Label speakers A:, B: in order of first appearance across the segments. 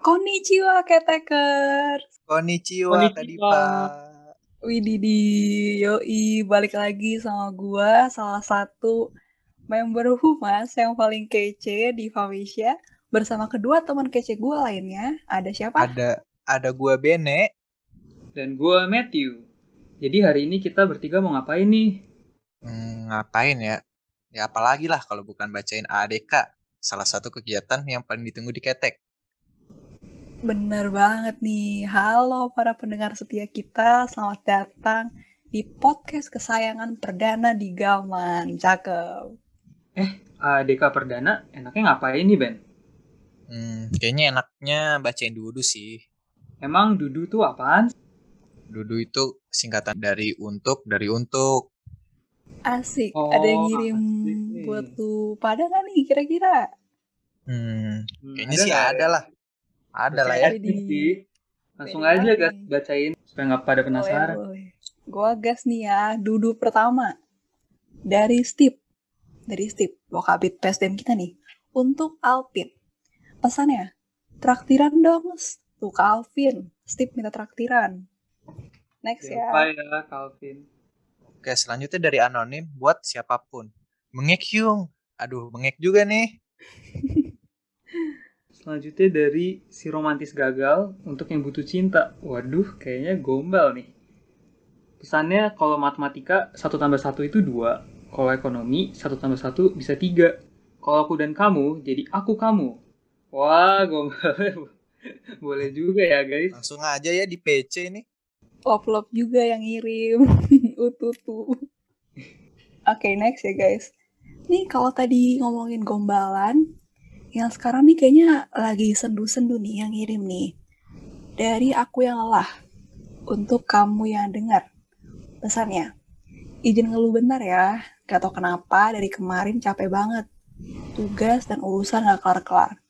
A: Konnichiwa, Keteker.
B: Konnichiwa,
C: Konnichiwa.
B: Kak Dipa.
A: Wididi, yoi, balik lagi sama gua, salah satu member Humas yang paling kece di Famesia. Bersama kedua teman kece gua lainnya, ada siapa?
B: Ada ada gua Bene.
C: Dan gue Matthew. Jadi hari ini kita bertiga mau ngapain nih?
B: Hmm, ngapain ya? Ya apalagi lah kalau bukan bacain ADK, salah satu kegiatan yang paling ditunggu di Ketek.
A: Bener banget nih. Halo para pendengar setia kita, selamat datang di podcast kesayangan perdana di Gaman. Cakep.
C: ADK Ah, Perdana, enaknya ngapain nih Ben?
B: Hmm, kayaknya enaknya bacain Dudu sih.
C: Emang Dudu tuh apaan?
B: Dudu itu singkatan dari untuk dari untuk.
A: Asik.
C: Oh,
A: ada yang ngirim
C: asik nih.
A: buat lu pada nggak nih kira-kira?
B: Hmm,
C: Hmm,
B: kayaknya sih
C: nggak?
B: ada lah. Ada lah ya.
A: Ada di-
C: Sih. Langsung
A: Dari
C: aja
A: mana
C: guys
A: nih? Oh, ya,
C: bacain supaya nggak pada penasaran.
A: Boleh, boleh. Gua gas nih ya, dudu pertama. Dari Steve. Dari Steve, Wakabit PSDM kita nih. Untuk Alvin. Pesannya, traktiran dong. Tuh ke Alvin. Steve minta traktiran. Next
C: Siapa
A: ya.
C: ya Calvin?
B: Oke, selanjutnya dari anonim buat siapapun. Mengek Yung. Aduh, mengek juga nih.
C: Selanjutnya dari si romantis gagal untuk yang butuh cinta. Waduh, kayaknya gombal nih. Pesannya kalau matematika 1 tambah 1 itu 2. Kalau ekonomi 1 tambah 1 bisa 3. Kalau aku dan kamu, jadi aku kamu. Wah, gombal. Boleh juga ya guys.
B: Langsung aja ya di PC ini.
A: Lop-lop juga yang ngirim. Ututu. Oke, next ya guys. Nih kalau tadi ngomongin gombalan, yang sekarang nih kayaknya lagi sendu-sendu nih yang ngirim nih. Dari aku yang lelah, untuk kamu yang dengar. Pesannya, izin ngeluh bentar ya, gak tau kenapa dari kemarin capek banget. Tugas dan urusan gak kelar-kelar.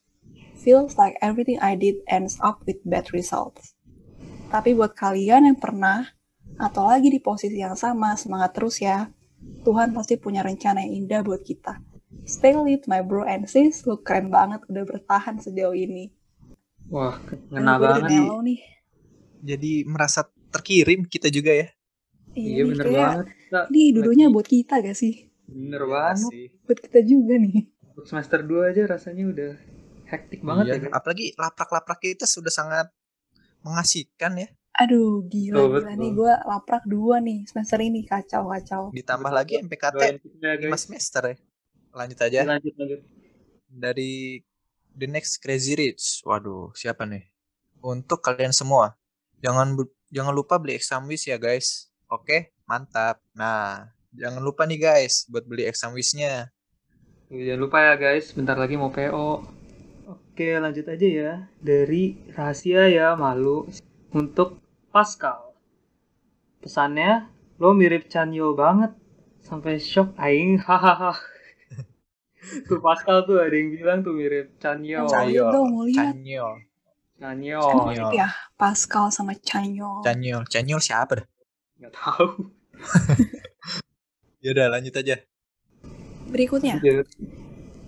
A: Feels like everything I did ends up with bad results. Tapi buat kalian yang pernah, atau lagi di posisi yang sama, semangat terus ya. Tuhan pasti punya rencana yang indah buat kita. Stay lit, my bro and sis. Lu keren banget udah bertahan sejauh ini.
C: Wah,
A: Aduh,
C: ngena
A: gua udah
C: banget nih.
A: mellow nih.
B: Jadi merasa terkirim kita juga ya.
C: Iya
A: nih,
C: bener
A: kayak-
C: banget. Kak.
A: Ini dudunya buat kita gak sih?
C: Bener
B: Iya
C: banget.
B: sih.
A: Buat kita juga nih.
C: Untuk semester 2 aja rasanya udah hektik banget
B: Iya,
C: ya guys.
B: Apalagi laprak-laprak kita sudah sangat mengasihkan ya.
A: Aduh, gila,
C: Betul,
A: gila
C: betul.
A: nih. Gue laprak dua nih semester ini. Kacau, kacau.
B: Ditambah
C: Oh, Betul, Iya.
B: lagi MPKT
C: Doain kita ya,
B: 5
C: guys.
B: semester ya. Lanjut aja
C: Lanjut, lanjut.
B: dari The Next Crazy Rich. Waduh, siapa nih? Untuk kalian semua, jangan bu- jangan lupa beli exam wish ya guys. Oke, mantap. Nah, jangan lupa nih guys buat beli exam wish-nya.
C: Jangan lupa ya guys, bentar lagi mau PO. Oke lanjut aja ya, dari rahasia ya malu untuk Pascal. Pesannya, lo mirip Chanyo banget, sampai shock aing hahaha. tuh Pascal tuh ada yang bilang tuh mirip Chanyo.
A: Mau lihat dong, mau lihat.
B: Canyol.
C: Chanyo,
A: Kan
B: Chanyo.
A: mirip ya, Pascal sama Chanyo.
B: Canyol. Canyol siapa dah?
C: nggak tahu.
B: Ya udah lanjut aja.
A: Berikutnya,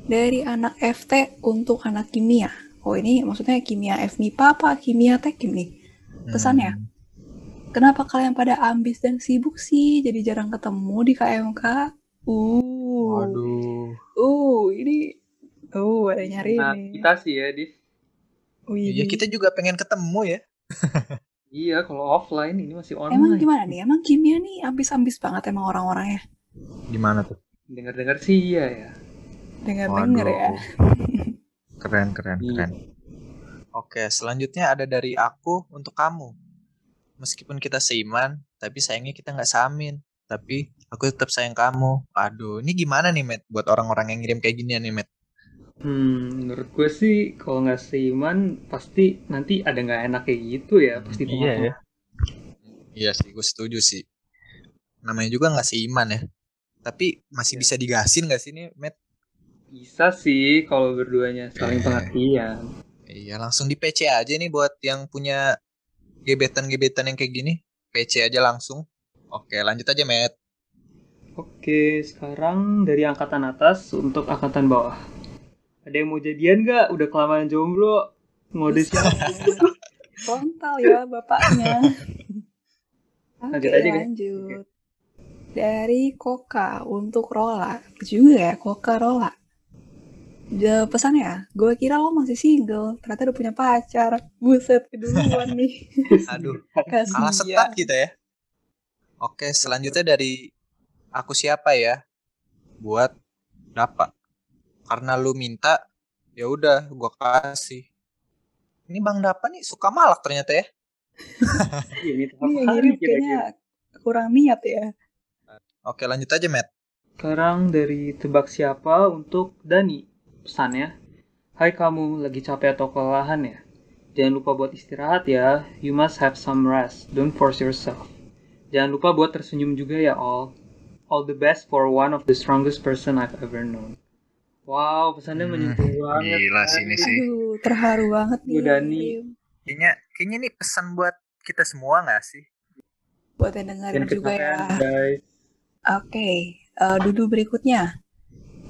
A: dari anak FT untuk anak kimia. Oh ini maksudnya kimia FMIPA apa kimia tekim nih? Pesannya?
B: Hmm,
A: Kenapa kalian pada ambis dan sibuk sih? Jadi jarang ketemu di KMK. Uh,
B: Hmm, Waduh.
A: uh, ini, uh, ada yang nyari
C: Nah,
A: nih.
C: kita sih ya, Div.
A: Wih.
B: Iya, kita juga pengen ketemu ya.
C: Iya, kalau offline ini masih
A: Emang
C: online.
A: gimana nih? Emang kimia nih ambis-ambis banget emang orang-orangnya.
B: Gimana tuh?
C: Dengar-dengar sih iya ya.
A: Dengar-dengar ya.
B: Keren, keren,
C: Iya.
B: keren. Oke, selanjutnya ada dari aku untuk kamu. Meskipun kita seiman, tapi sayangnya kita nggak samin. Tapi aku tetap sayang kamu. Aduh, ini gimana nih, Matt? Buat orang-orang yang ngirim kayak gini nih, Matt.
C: Hmm, menurut gue sih kalau nggak seiman pasti nanti ada nggak enak kayak gitu ya pasti tengah-tengah.
B: Iya sih, gue setuju sih. Namanya juga nggak seiman ya. Tapi masih
C: Iya.
B: bisa digasin nggak sih nih, Matt?
C: Bisa sih kalau berduanya saling pengertian.
B: Iya, langsung di PC aja nih buat yang punya gebetan-gebetan yang kayak gini. PC aja langsung. Oke, lanjut aja, Matt.
C: Oke, sekarang dari angkatan atas untuk angkatan bawah. Ada yang mau jadian nggak? Udah kelamaan jomblo. Ngode siapa?
A: Frontal ya bapaknya. Oke,
C: Lanjut aja, guys.
A: lanjut. Dari Koka untuk Rola. Juga ya, Koka Rola. Ya, pesannya, gue kira lo masih single, ternyata udah punya pacar. Buset, keduluan nih.
B: Aduh, kalah
A: Kasian. Iya,
B: setat kita ya. Oke, selanjutnya dari aku siapa ya? Buat dapat. Karena lu minta, ya udah gua kasih. Ini Bang Dapa nih suka malak ternyata ya.
C: Iya, ini
A: Ini yang
C: apaan
A: ngirim
C: kira-kira?
A: kayaknya kurang niat ya.
B: Oke, lanjut aja, Matt.
C: Sekarang dari tebak siapa untuk Dani. Pesannya, Hai kamu, lagi capek atau kelelahan ya? Jangan lupa buat istirahat ya. You must have some rest. Don't force yourself. Jangan lupa buat tersenyum juga ya all. All the best for one of the strongest person I've ever known. Wow, pesannya
B: Hmm,
C: menyentuh banget.
B: gila sih
C: kan?
B: ini sih.
A: Aduh, terharu banget nih.
C: Udah
A: yang
C: nih.
A: ngirim.
B: Kayaknya kayaknya ini pesan buat kita semua nggak sih?
A: Buat yang dengerin
C: Dan
A: juga ya.
C: kecapean, guys.
A: Oke, eh duduk berikutnya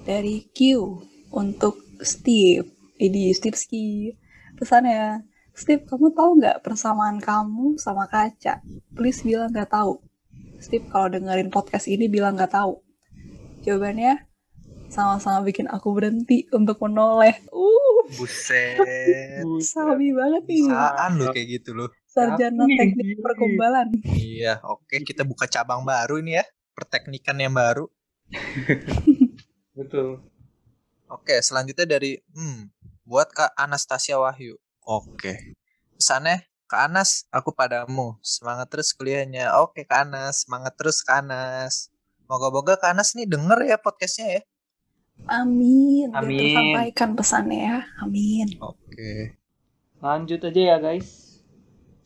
A: dari Q untuk Steve. Ini Steve Ski. Pesannya, Steve, kamu tahu nggak persamaan kamu sama kaca? Please bilang nggak tahu. Steve, kalau dengerin podcast ini bilang nggak tahu. Jawabannya, sama-sama bikin aku berhenti untuk menoleh. Uh,
B: Buset.
C: Buset.
A: sabi banget nih.
B: Bisaan lu kayak gitu lu.
A: Sarjana
C: Siapa nih?
A: teknik perkumbalan.
B: Iya, oke kita buka cabang baru ini ya. Perteknikan yang baru.
C: Betul.
B: Oke, selanjutnya dari hmm, buat Kak Anastasia Wahyu. Oke. Pesannya Kak Anas, aku padamu. Semangat terus kuliahnya. Oke, Kak Anas, semangat terus Kak Anas. Moga-moga Kak Anas nih denger ya podcastnya ya.
A: Amin. Biar
C: Amin.
A: tersampaikan pesannya ya. Amin.
B: Oke.
C: Lanjut aja ya guys.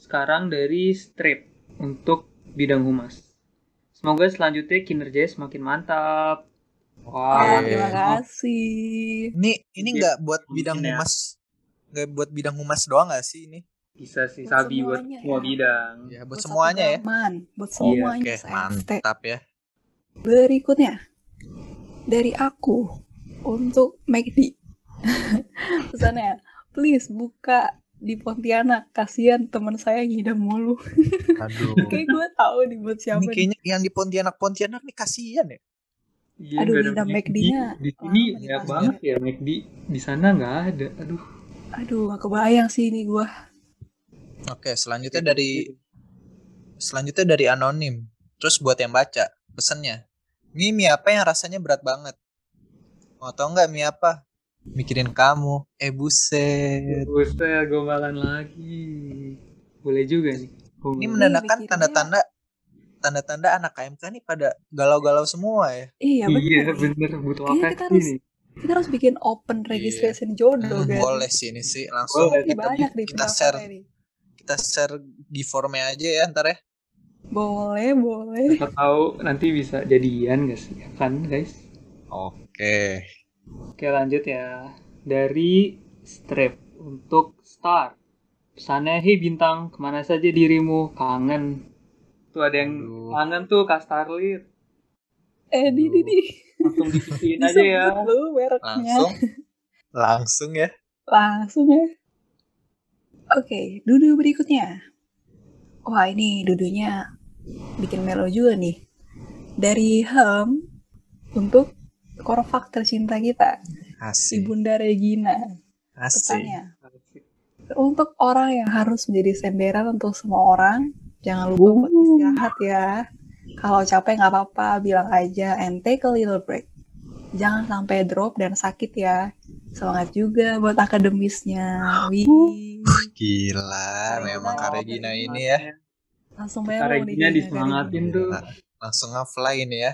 C: Sekarang dari strip untuk bidang humas. Semoga selanjutnya kinerjanya semakin mantap.
A: Wah,
C: Wah,
B: Oke.
A: terima kasih.
B: Ini ini
C: Iya,
B: nggak buat
C: mungkin
B: bidang
C: ya.
B: humas, nggak buat bidang humas doang nggak sih ini?
C: bisa sih
A: Buat
C: sabi buat
A: semuanya
C: semua
A: ya.
C: bidang.
B: Ya buat,
A: satu
B: semuanya ya.
A: gaman, Buat semuanya
B: Oke,
A: se-FT.
B: mantap ya.
A: Berikutnya dari aku untuk McD. Pesannya, please buka di Pontianak. Kasihan teman saya ngidam mulu.
B: Aduh.
A: Kayak gue tahu nih buat siapa.
B: ini kayaknya yang di Pontianak Pontianak nih kasihan ya.
A: Aduh,
C: Iya, nggak ada
A: ngidam
C: McD.
A: McD-nya
C: Di sini
A: lama
C: banyak
A: dipasang
C: banget ya McD. Di sana nggak ada. Aduh.
A: nih. Aduh, gak kebayang sih ini gue.
B: Oke, selanjutnya dari selanjutnya dari anonim. Terus buat yang baca pesennya, mie mie apa yang rasanya berat banget? Mau tau nggak mie apa? Mikirin kamu, eh buset.
C: Buset, gombalan lagi. Boleh juga nih. Oh,
B: Ini
C: Gombalan.
B: menandakan
A: mikirinnya-
B: tanda-tanda tanda-tanda anak KMK nih pada galau-galau semua ya.
A: Iya,
C: Iya,
A: bener. nih.
C: bener. Butuh
A: Kayaknya
C: apa
A: kita harus-
C: sih nih?
A: Kita harus bikin open registration jodoh,
B: Iya. Hmm,
A: guys.
B: boleh sih ini sih langsung
C: Boleh.
A: Ini
B: kita
A: banyak nih
B: kita
A: pendaftarnya
B: share
A: nih.
B: kita share di formnya aja ya ntar ya.
A: Boleh, boleh.
C: Siapa tahu nanti bisa jadian gak sih? Ya kan, guys?
B: Oke.
C: Oke lanjut ya Dari strip untuk star Pesannya hei bintang kemana saja dirimu kangen Tuh ada yang
B: Aduh.
C: kangen tuh Kak Starlit
A: Eh, di, di, di.
C: Langsung dipikirin aja ya
A: Disebut lu mereknya.
B: Langsung langsung ya.
A: Langsung ya. Oke, dudu berikutnya. Wah, ini dudunya bikin melo juga nih. Dari Hem untuk Korvak tercinta kita,
B: Asik.
A: Ibunda Regina.
B: Asik.
A: Pesannya, untuk orang yang harus menjadi senderan untuk semua orang, jangan lupa buat
C: Wuh.
A: istirahat ya. Kalau capek nggak apa-apa, bilang aja and take a little break. Jangan sampai drop dan sakit ya. Semangat juga buat akademisnya. Wih,
B: Gila,
A: Karena
B: memang
A: kita
B: Kak
A: mau
B: Regina
A: terima
B: ini ya.
A: langsung
C: Kak
A: melo nih
C: Regina
A: kayaknya kali ini.
C: disemangatin tuh
B: Gila. Langsung nge-fly ini ya.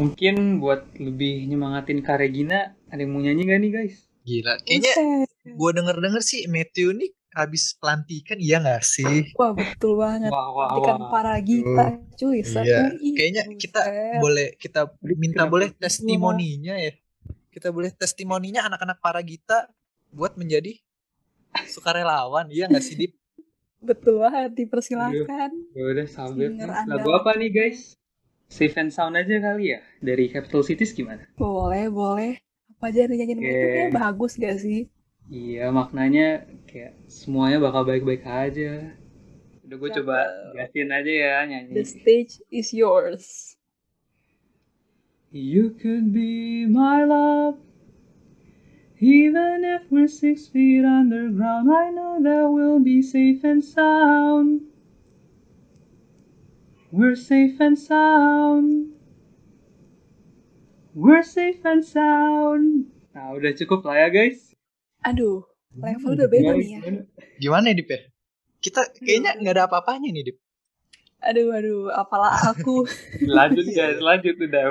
C: Mungkin buat lebih nyemangatin Kak Regina Ada yang mau nyanyi gak nih guys?
B: Gila, kayaknya
A: Buset.
B: gue denger-denger sih Matthew nih habis pelantikan iya gak sih?
A: Wah, betul banget.
C: Wah wah
A: Ikan
C: wah
A: para gita, cuy. se-
B: Iya.
A: UI,
B: Kayaknya kita
A: buset.
B: boleh kita
C: Aduh,
B: minta
C: kenapa
B: boleh
C: gitu?
B: testimoninya ya. Kita boleh testimoninya anak-anak para gita buat menjadi sukarelawan, iya gak sih Dip?
A: Betul banget, dipersilahkan.
C: Ya udah sabar
A: Singer
C: nih
A: andalan.
C: Lagu apa nih guys? Safe and sound aja kali ya Dari Capital Cities gimana?
A: Boleh, boleh. Apa aja yang dinyanyiin mereka
C: Oke.
A: kayaknya bagus gak sih?
C: Iya, maknanya kayak semuanya bakal baik-baik aja. Udah gue
A: Cakep.
C: coba gasin aja ya
A: The
B: Iya.
C: nyanyi.
A: stage is yours.
C: You could be my love. Even if we're six feet underground, I know that we'll be safe and sound. We're safe and sound. We're safe and sound. Nah, udah cukup lah ya guys.
A: Aduh, level udah beda nih ya.
C: Gimana?
B: Gimana Dip ya? Kita kayaknya
A: Iya.
B: nggak ada apa-apanya nih Dip.
A: Aduh, aduh, apalah aku.
C: Lanjut guys, lanjut udah.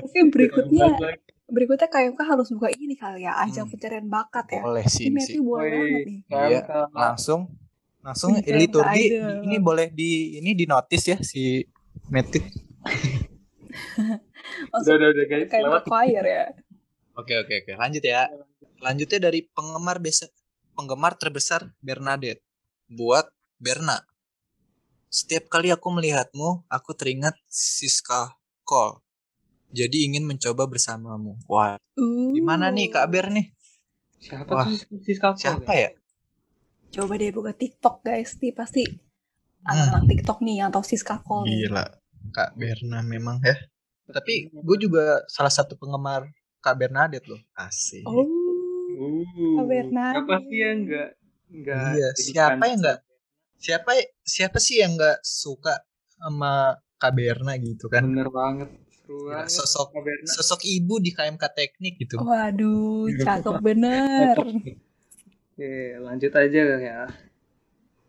A: Mungkin berikutnya,
C: Lanjut.
A: berikutnya KMK harus buka ini kali ya, ajang
B: Hmm.
A: pencarian bakat ya.
B: Boleh
A: Ini
B: sih ini sih.
A: Matthew boleh
C: Wih.
A: banget nih.
B: Iya.
C: KMK.
B: Langsung langsung
A: Ini
B: Eli
A: kayak
B: Turgi
A: idol.
B: di- ini boleh di ini di notice ya si Metik.
C: Udah,
A: Langsung
C: udah, udah guys,
A: KMK
C: lewat.
A: choir ya.
B: Oke oke oke. Lanjut ya. Lanjutnya dari penggemar besa, penggemar terbesar Bernadette. Buat Berna. Setiap kali aku melihatmu, aku teringat Siska Cole. Jadi ingin mencoba bersamamu. Wah,
A: Uh.
B: gimana nih Kak Ber nih?
C: Siapa
B: Wah,
C: tuh si Skakol?
B: Siapa ya?
A: Coba deh buka TikTok guys, nih pasti anak-anak TikTok nih yang tahu Siska Cole. nih.
B: Nah. Gila, Kak Berna memang ya. Tapi gue juga salah satu penggemar Kak Bernadette loh. Asik.
A: Oh,
C: Uh, ya,
A: Kak Bernadette.
C: Siapa sih yang enggak enggak
B: Iya, siapa yang nggak- Siapa siapa sih yang nggak suka sama Kak Berna gitu kan?
C: Bener banget. Seru
B: Gila,
C: banget.
B: sosok-
C: Kak Berna.
B: Sosok ibu di KMK teknik gitu.
A: Oh. waduh, cakep bener.
C: Oke, lanjut aja ya.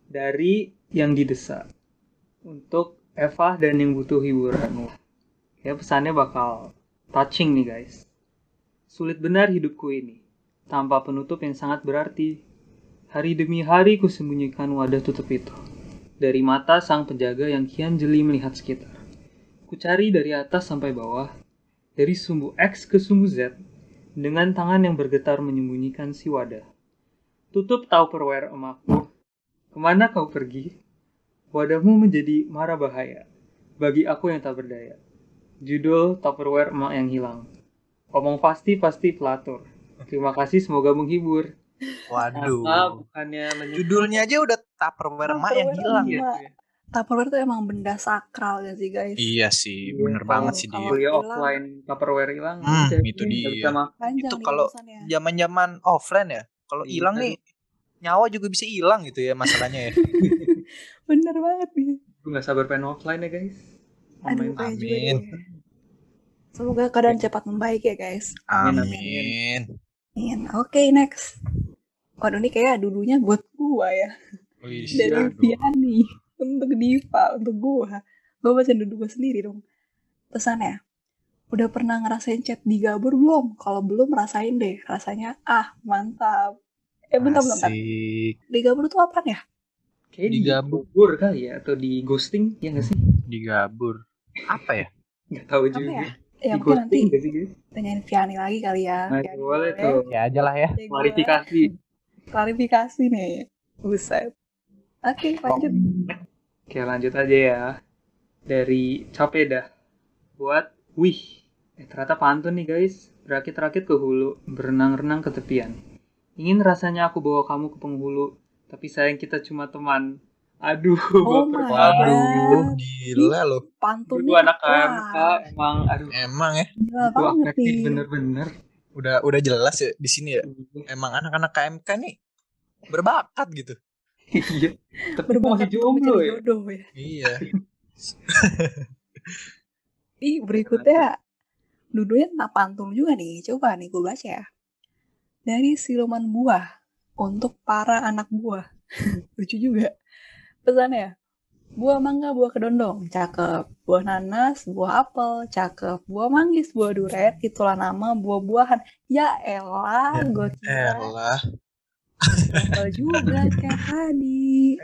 C: Dari yang didesak untuk Eva dan yang butuh hiburan. Ya pesannya bakal touching nih guys. Sulit benar hidupku ini, tanpa penutup yang sangat berarti. Hari demi hari ku sembunyikan wadah tutup itu. Dari mata sang penjaga yang kian jeli melihat sekitar. Ku cari dari atas sampai bawah, dari sumbu X ke sumbu Z, dengan tangan yang bergetar menyembunyikan si wadah. Tutup tupperware emakku. Kemana kau pergi? Wadahmu menjadi mara bahaya. Bagi aku yang tak berdaya. Judul tupperware emak yang hilang. Omong pasti pasti pelatur. Terima kasih semoga menghibur. Apa
B: Waduh.
C: bukannya menyebut
B: Judulnya aja udah Tupperware emak yang
A: Tupperware
B: hilang.
A: emak. Tupperware tuh emang benda sakral gak sih guys?
B: Iya sih,
C: Iya,
B: bener
C: kalau-
B: banget sih
A: kalau-
B: dia.
A: Hilang.
C: kuliah offline tupperware hilang
B: Hmm,
C: jadi
B: itu
C: nggak
B: dia.
C: bisa makan.
A: Panjang
B: Itu
A: nih
B: kalau
A: urusannya.
B: Zaman-zaman offline ya. Kalau
C: Iya.
B: hilang nih nyawa juga bisa hilang gitu ya masalahnya ya.
A: Bener banget nih.
C: Gue nggak sabar pengen offline ya guys.
A: Aduh,
C: Amin.
A: kayak juga
B: Amin.
A: deh. Semoga keadaan cepat membaik ya guys.
C: Amin,
B: Amin.
A: Amin. Oke, next. Waduh, ini kayak dulunya buat gua ya.
B: Wih,
C: Iya,
A: Dari
B: aduh.
A: Viani. Untuk Diva, untuk gua. Gua baca dulu gua sendiri dong. Pesannya, udah pernah ngerasain chat di Gabur belum? Kalau belum, rasain deh. Rasanya, ah, mantap. Eh, bentar, bentar.
B: Asik.
A: Di Gabur tuh apa ya?
C: Kayak
B: Digabung.
C: digabur kali ya atau di ghosting ya nggak sih?
B: Digabur. Apa ya?
C: Nggak tahu
A: Apa ya?
C: juga.
A: Ya,
C: di
A: mungkin nanti
C: ghosting nggak sih guys?
A: tanyain Viani lagi kali ya.
C: Nah,
A: Viani
C: boleh tuh.
B: Ya aja lah ya.
A: Deh, gua.
C: Klarifikasi.
A: Klarifikasi nih. Buset. Oke, lanjut.
C: Oke lanjut aja ya. Dari Capeda buat Wih. Eh, ternyata pantun nih guys. Rakit-rakit ke hulu, berenang-renang ke tepian. Ingin rasanya aku bawa kamu ke penghulu, tapi sayang kita cuma teman. Aduh,
A: Oh
C: baper
A: my
C: banget.
B: Waduh,
A: God.
B: gila loh.
A: Pantunnya.
C: Dulu anak
A: wah,
C: KMK emang aduh
B: Emang ya,
A: Gila
C: gua
A: banget
C: aktifin
A: nih.
C: bener-bener.
B: udah udah jelas ya di sini ya. Emang anak-anak KMK nih berbakat gitu.
C: Iya. Tapi gua
A: Berbakat
C: masih
A: untuk
C: jomblo
A: mencari
C: ya.
A: jodoh ya.
B: Iya.
A: Ih, berikutnya. Dudunya tentang pantun juga nih. Coba nih gue baca ya. Dari siluman buah. Untuk para anak buah. Lucu juga. Pesannya. Buah mangga, buah kedondong, cakep. Buah nanas, buah apel, cakep. Buah manggis, buah duret, itulah nama buah-buahan. Ya elah,
B: Ya
A: gue kira
B: Elah,
A: gagal juga kayak tadi.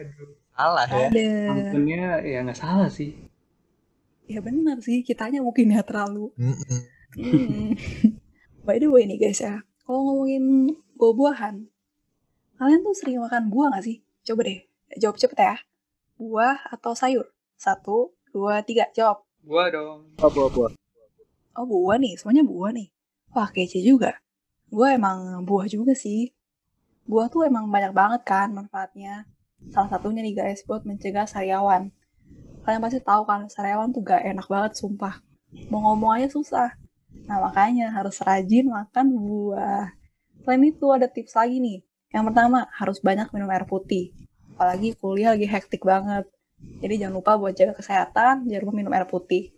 B: salah ya.
A: Ada.
C: Pantunnya ya nggak salah sih.
A: Ya benar sih, kitanya mungkin ya terlalu
B: Mm-mm.
A: Hmm. By the way nih guys ya, kalau ngomongin buah-buahan, kalian tuh sering makan buah gak sih? Coba deh, jawab cepet ya. Buah atau sayur? Satu, dua, tiga, jawab.
C: Gua dong.
A: Oh buah nih, semuanya buah nih. Wah kece juga. Gue emang buah juga sih. Gua tuh emang banyak banget kan manfaatnya. Salah satunya nih guys, buat mencegah sariawan. Kalian pasti tahu kan, sariawan tuh gak enak banget sumpah. Mau ngomong aja susah. Nah makanya harus rajin makan buah. Selain itu ada tips lagi nih. Yang pertama, harus banyak minum air putih. Apalagi kuliah lagi hektik banget. Jadi jangan lupa buat jaga kesehatan, jangan lupa minum air putih.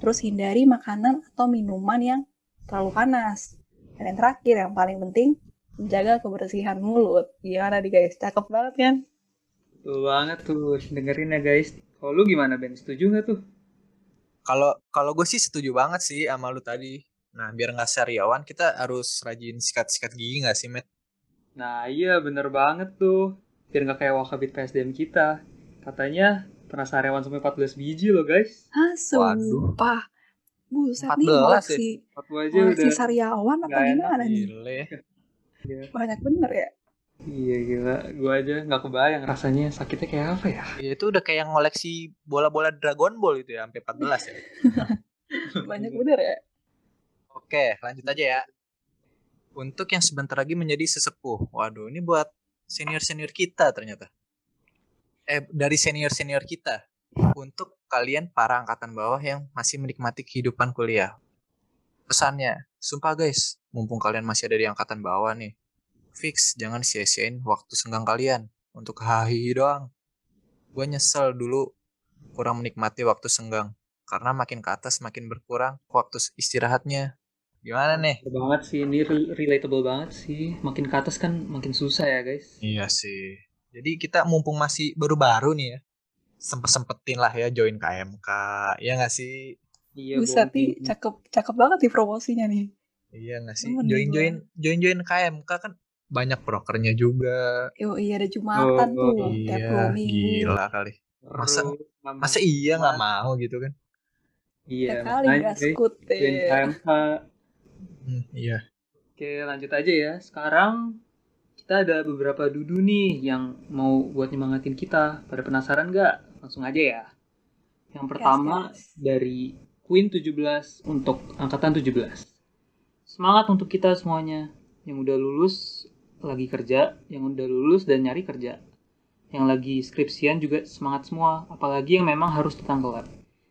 A: Terus hindari makanan atau minuman yang terlalu panas. Dan yang terakhir, yang paling penting, menjaga kebersihan mulut. Gimana nih guys? Cakep banget kan?
C: Betul banget tuh, dengerin ya guys. Kalau lu gimana Ben, setuju nggak tuh?
B: Kalau kalau gue sih setuju banget sih sama lu tadi. Nah, biar nggak sariawan, kita harus rajin sikat-sikat gigi nggak sih, Matt?
C: Nah iya bener banget tuh, biar nggak kayak wakabit PSDM kita. Katanya pernah sariawan sampai 14 biji loh guys.
A: Hah,
B: Waduh.
A: sumpah. Buset
B: 14
A: nih,
B: ya?
A: koleksi,
C: Fatwa aja
A: koleksi
C: udah.
A: sariawan apa
C: Nggak enak
A: gimana nih?
B: Gile.
A: Banyak bener ya?
C: Iya gila, gua aja nggak kebayang rasanya sakitnya kayak apa ya.
B: Ya, itu udah kayak ngoleksi bola-bola Dragon Ball itu ya, sampai 14 ya.
A: Banyak bener ya?
B: Oke, lanjut aja ya. Untuk yang sebentar lagi menjadi sesepuh. Waduh, ini buat senior-senior kita ternyata. Eh, dari senior-senior kita. Untuk kalian para angkatan bawah yang masih menikmati kehidupan kuliah. Pesannya, sumpah guys, mumpung kalian masih ada di angkatan bawah nih. Fix, jangan sia-siain waktu senggang kalian. Untuk hahi doang. Gue nyesel dulu kurang menikmati waktu senggang. Karena makin ke atas makin berkurang waktu istirahatnya. Gimana nih?
C: Bener banget sih, ini rel- relatable banget sih. Makin ke atas kan makin susah ya guys.
B: Iya sih. Jadi kita mumpung masih baru-baru nih ya, sempet-sempetin lah ya join KMK, ya nggak sih?
C: Iya,
A: Buset
C: bonding.
A: nih, cakep, cakep banget nih promosinya nih.
B: Iya nggak sih?
A: Temen nih
B: Join join join join KMK kan banyak prokernya juga.
A: Yo, iya, ada Jumatan
C: Oh,
A: tuh. tiap dua
B: Iya,
A: minggu.
B: gila kali. Masa-
C: Terus, nambah-
B: Masa iya nggak mau gitu kan?
C: Iya,
A: Tiap kali
C: makanya, guys.
A: gaskut
C: Join
A: deh.
C: KMH.
B: Hmm, iya.
C: Oke, lanjut aja ya. Sekarang kita ada beberapa dudu nih yang mau buat nyemangatin kita. Pada penasaran nggak? Langsung aja ya. Yang
A: Yes,
C: pertama
A: yes.
C: dari Queen 17 untuk angkatan 17. Semangat untuk kita semuanya yang udah lulus lagi kerja, yang udah lulus dan nyari kerja. Yang lagi skripsian juga semangat semua, apalagi yang memang harus tertangkap.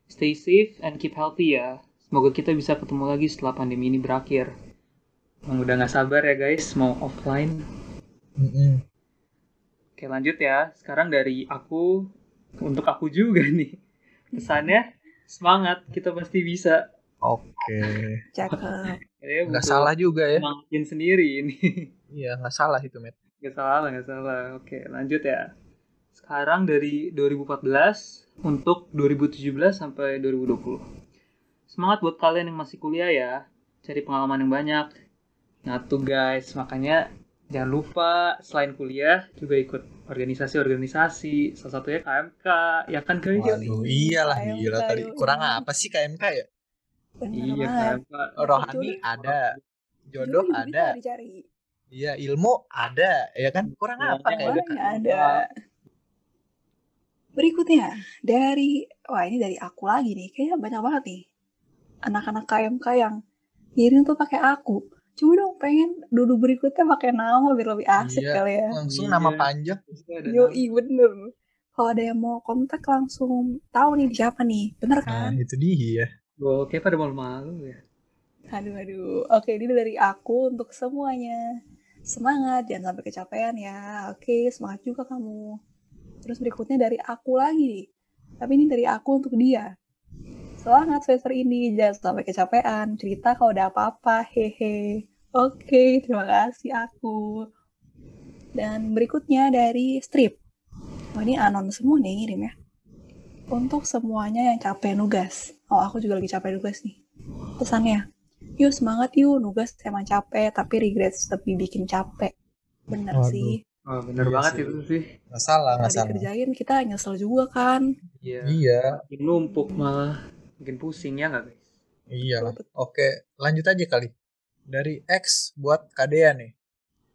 C: Stay safe and keep healthy ya. Semoga kita bisa ketemu lagi setelah pandemi ini berakhir. Emang udah nggak sabar ya guys, mau offline
B: Mm-mm.
C: Oke lanjut ya, sekarang dari aku untuk aku juga nih. Pesannya semangat, kita pasti bisa.
B: Oke.
A: Cakep.
C: Kayaknya
B: Nggak
C: butuh
B: salah juga ya?
C: Semangatin sendiri ini.
B: Iya nggak salah itu Matt.
C: Nggak salah, nggak salah. Oke lanjut ya. Sekarang dari 2014 untuk 2017 sampai 2020. Semangat buat kalian yang masih kuliah ya. Cari pengalaman yang banyak. Nah tuh guys, makanya jangan lupa selain kuliah juga ikut organisasi-organisasi. Salah satunya KMK, ya kan guys?
B: Waduh,
A: Yoi,
B: iyalah
A: KMK,
B: gila kali.
A: yoi.
B: Kurang apa sih KMK ya?
A: Bener
C: Iya,
A: banget.
C: KMK.
B: Rohani ada, jodoh
A: juga
B: ada,
A: dicari-cari.
B: iya ilmu ada, ya kan? Kurang
C: Kurang
B: apa
C: apa.
A: Yang
B: KMK?
A: lain nggak ada.
B: Iya.
A: Berikutnya dari wah ini dari aku lagi nih. Kayaknya banyak banget nih anak-anak KMK yang ngirim tuh pakai aku. Coba dong pengen duduk berikutnya pakai nama biar lebih asik
B: Iya.
A: kali ya.
B: Langsung
C: Iya.
B: nama panjang.
C: Terus ada
A: Yoi bener. Kalau ada yang mau kontak langsung tahu nih siapa nih. Bener
B: Nah,
A: kan?
B: itu dia.
C: nama. Oke, pada malu-malu ya.
A: Aduh, aduh. Oke, ini dari aku untuk semuanya. Semangat, jangan sampai kecapean ya. Oke, semangat juga kamu. Terus berikutnya dari aku lagi. Tapi ini dari aku untuk dia. Semangat semester ini, jangan sampai kecapean. Cerita kalau ada apa-apa, hehe. Oke, terima kasih aku. Dan berikutnya dari strip. Oh, ini anon semua nih yang ngirim ya. Untuk semuanya yang capek nugas. Oh, aku juga lagi capek nugas nih. Pesannya, yuk semangat yuk, nugas emang capek, tapi regret lebih bikin capek. Bener
B: Waduh.
A: sih.
C: Oh, bener
B: Iya
C: banget
B: sih.
C: itu sih.
B: Nggak salah,
A: Kalau
B: nggak salah.
A: dikerjain kita nyesel juga kan.
C: Iya.
B: Iya,
C: Makin numpuk malah. Makin pusing ya nggak guys?
B: iya.
A: Betul, betul.
B: Oke, lanjut aja kali. Dari X buat Kadea nih.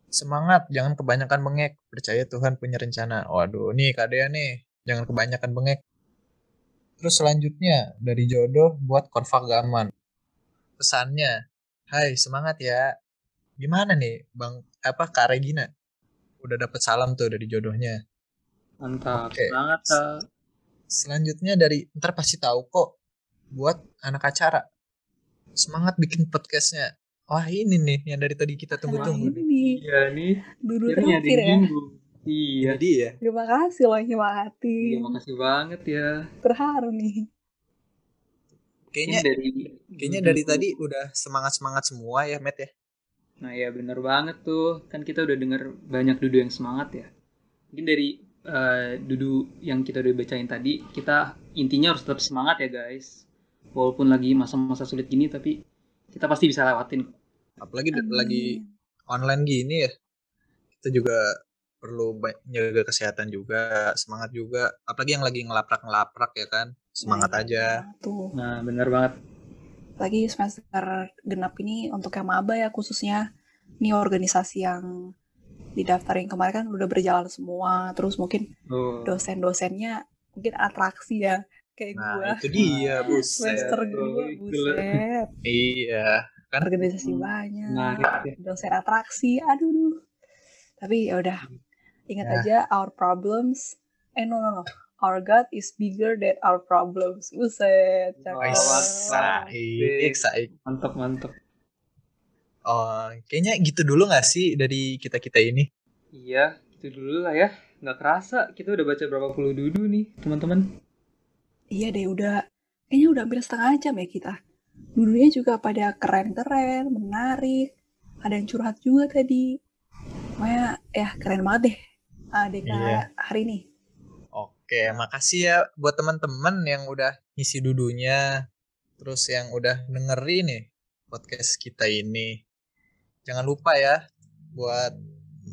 B: Semangat, jangan kebanyakan bengek. Percaya Tuhan punya rencana. Waduh, nih Kadea nih. Jangan kebanyakan bengek. Terus selanjutnya, dari jodoh buat Korfak Gaman. Pesannya, hai semangat ya. Gimana nih, Bang, apa Kak Regina? Udah dapet salam tuh dari jodohnya.
C: Mantap
B: Oke.
C: banget, Kak.
B: Selanjutnya dari ntar pasti tahu kok buat anak acara. Semangat bikin podcastnya. Wah ini nih yang dari tadi kita tunggu-tunggu
A: Nah,
B: nih.
A: ini
C: Iya nih,
A: dulu
C: akhirnya ada
A: terakhir
C: yang
A: ya.
C: minggu. Iya.
B: Jadi ya.
A: Terima kasih loh
C: Iya,
A: Himawati.
C: makasih banget ya.
A: Terharu nih.
B: Kayaknya
C: Ini dari
B: kayaknya dari tadi udah semangat-semangat semua ya, Matt ya.
C: Nah ya bener banget tuh kan kita udah denger banyak dudu yang semangat ya. Mungkin dari eh, dudu yang kita udah bacain tadi kita intinya harus tetap semangat ya guys. Walaupun lagi masa-masa sulit gini tapi kita pasti bisa lewatin. kok.
B: Apalagi d- lagi
A: Iya.
B: online gini ya. Kita juga perlu ba- jaga kesehatan juga, semangat juga. Apalagi yang lagi ngelaprak-ngelaprak ya kan. Semangat
A: Nah,
B: aja.
A: Tuh.
C: Nah bener banget.
A: lagi semester genap ini untuk yang maba ya khususnya ini organisasi yang didaftarin kemarin kan udah berjalan semua terus mungkin
C: Tuh.
A: dosen-dosennya mungkin atraksi ya kayak
B: Nah,
A: gua
B: itu dia, buset.
A: semester
C: Buset,
A: gua
C: doi.
A: buset
B: Iya.
A: organisasi
C: Hmm.
A: banyak
C: Menarik ya.
A: dosen atraksi aduh duh. tapi ya udah ingat
B: Ya.
A: aja our problems eh no no no our God is bigger than our problems buset
C: Wah,
A: cakep.
C: wah,
B: Saik, saik.
C: Mantap mantap.
B: Oh, kayaknya gitu dulu gak sih dari kita-kita ini?
C: Iya itu dulu lah ya. Nggak kerasa kita udah baca berapa puluh dudu nih teman-teman.
A: Iya deh, udah kayaknya udah hampir setengah jam ya kita. Dulunya juga pada keren-keren, menarik. Ada yang curhat juga tadi. Pokoknya ya keren banget deh. ADK
B: Iya.
A: hari ini.
B: Oke, makasih ya buat teman-teman yang udah ngisi dudunya, terus yang udah dengerin nih podcast kita ini. Jangan lupa ya buat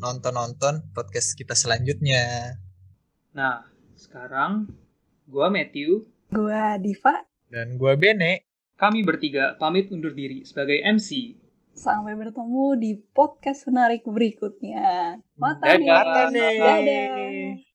B: nonton-nonton podcast kita selanjutnya.
C: Nah sekarang gua Matthew
A: Gua Diva,
B: Dan gua Bene.
C: Kami bertiga pamit undur diri sebagai MC.
A: sampai bertemu di podcast menarik berikutnya. Mata
C: Dadah.
B: Dadah.
A: Dadah.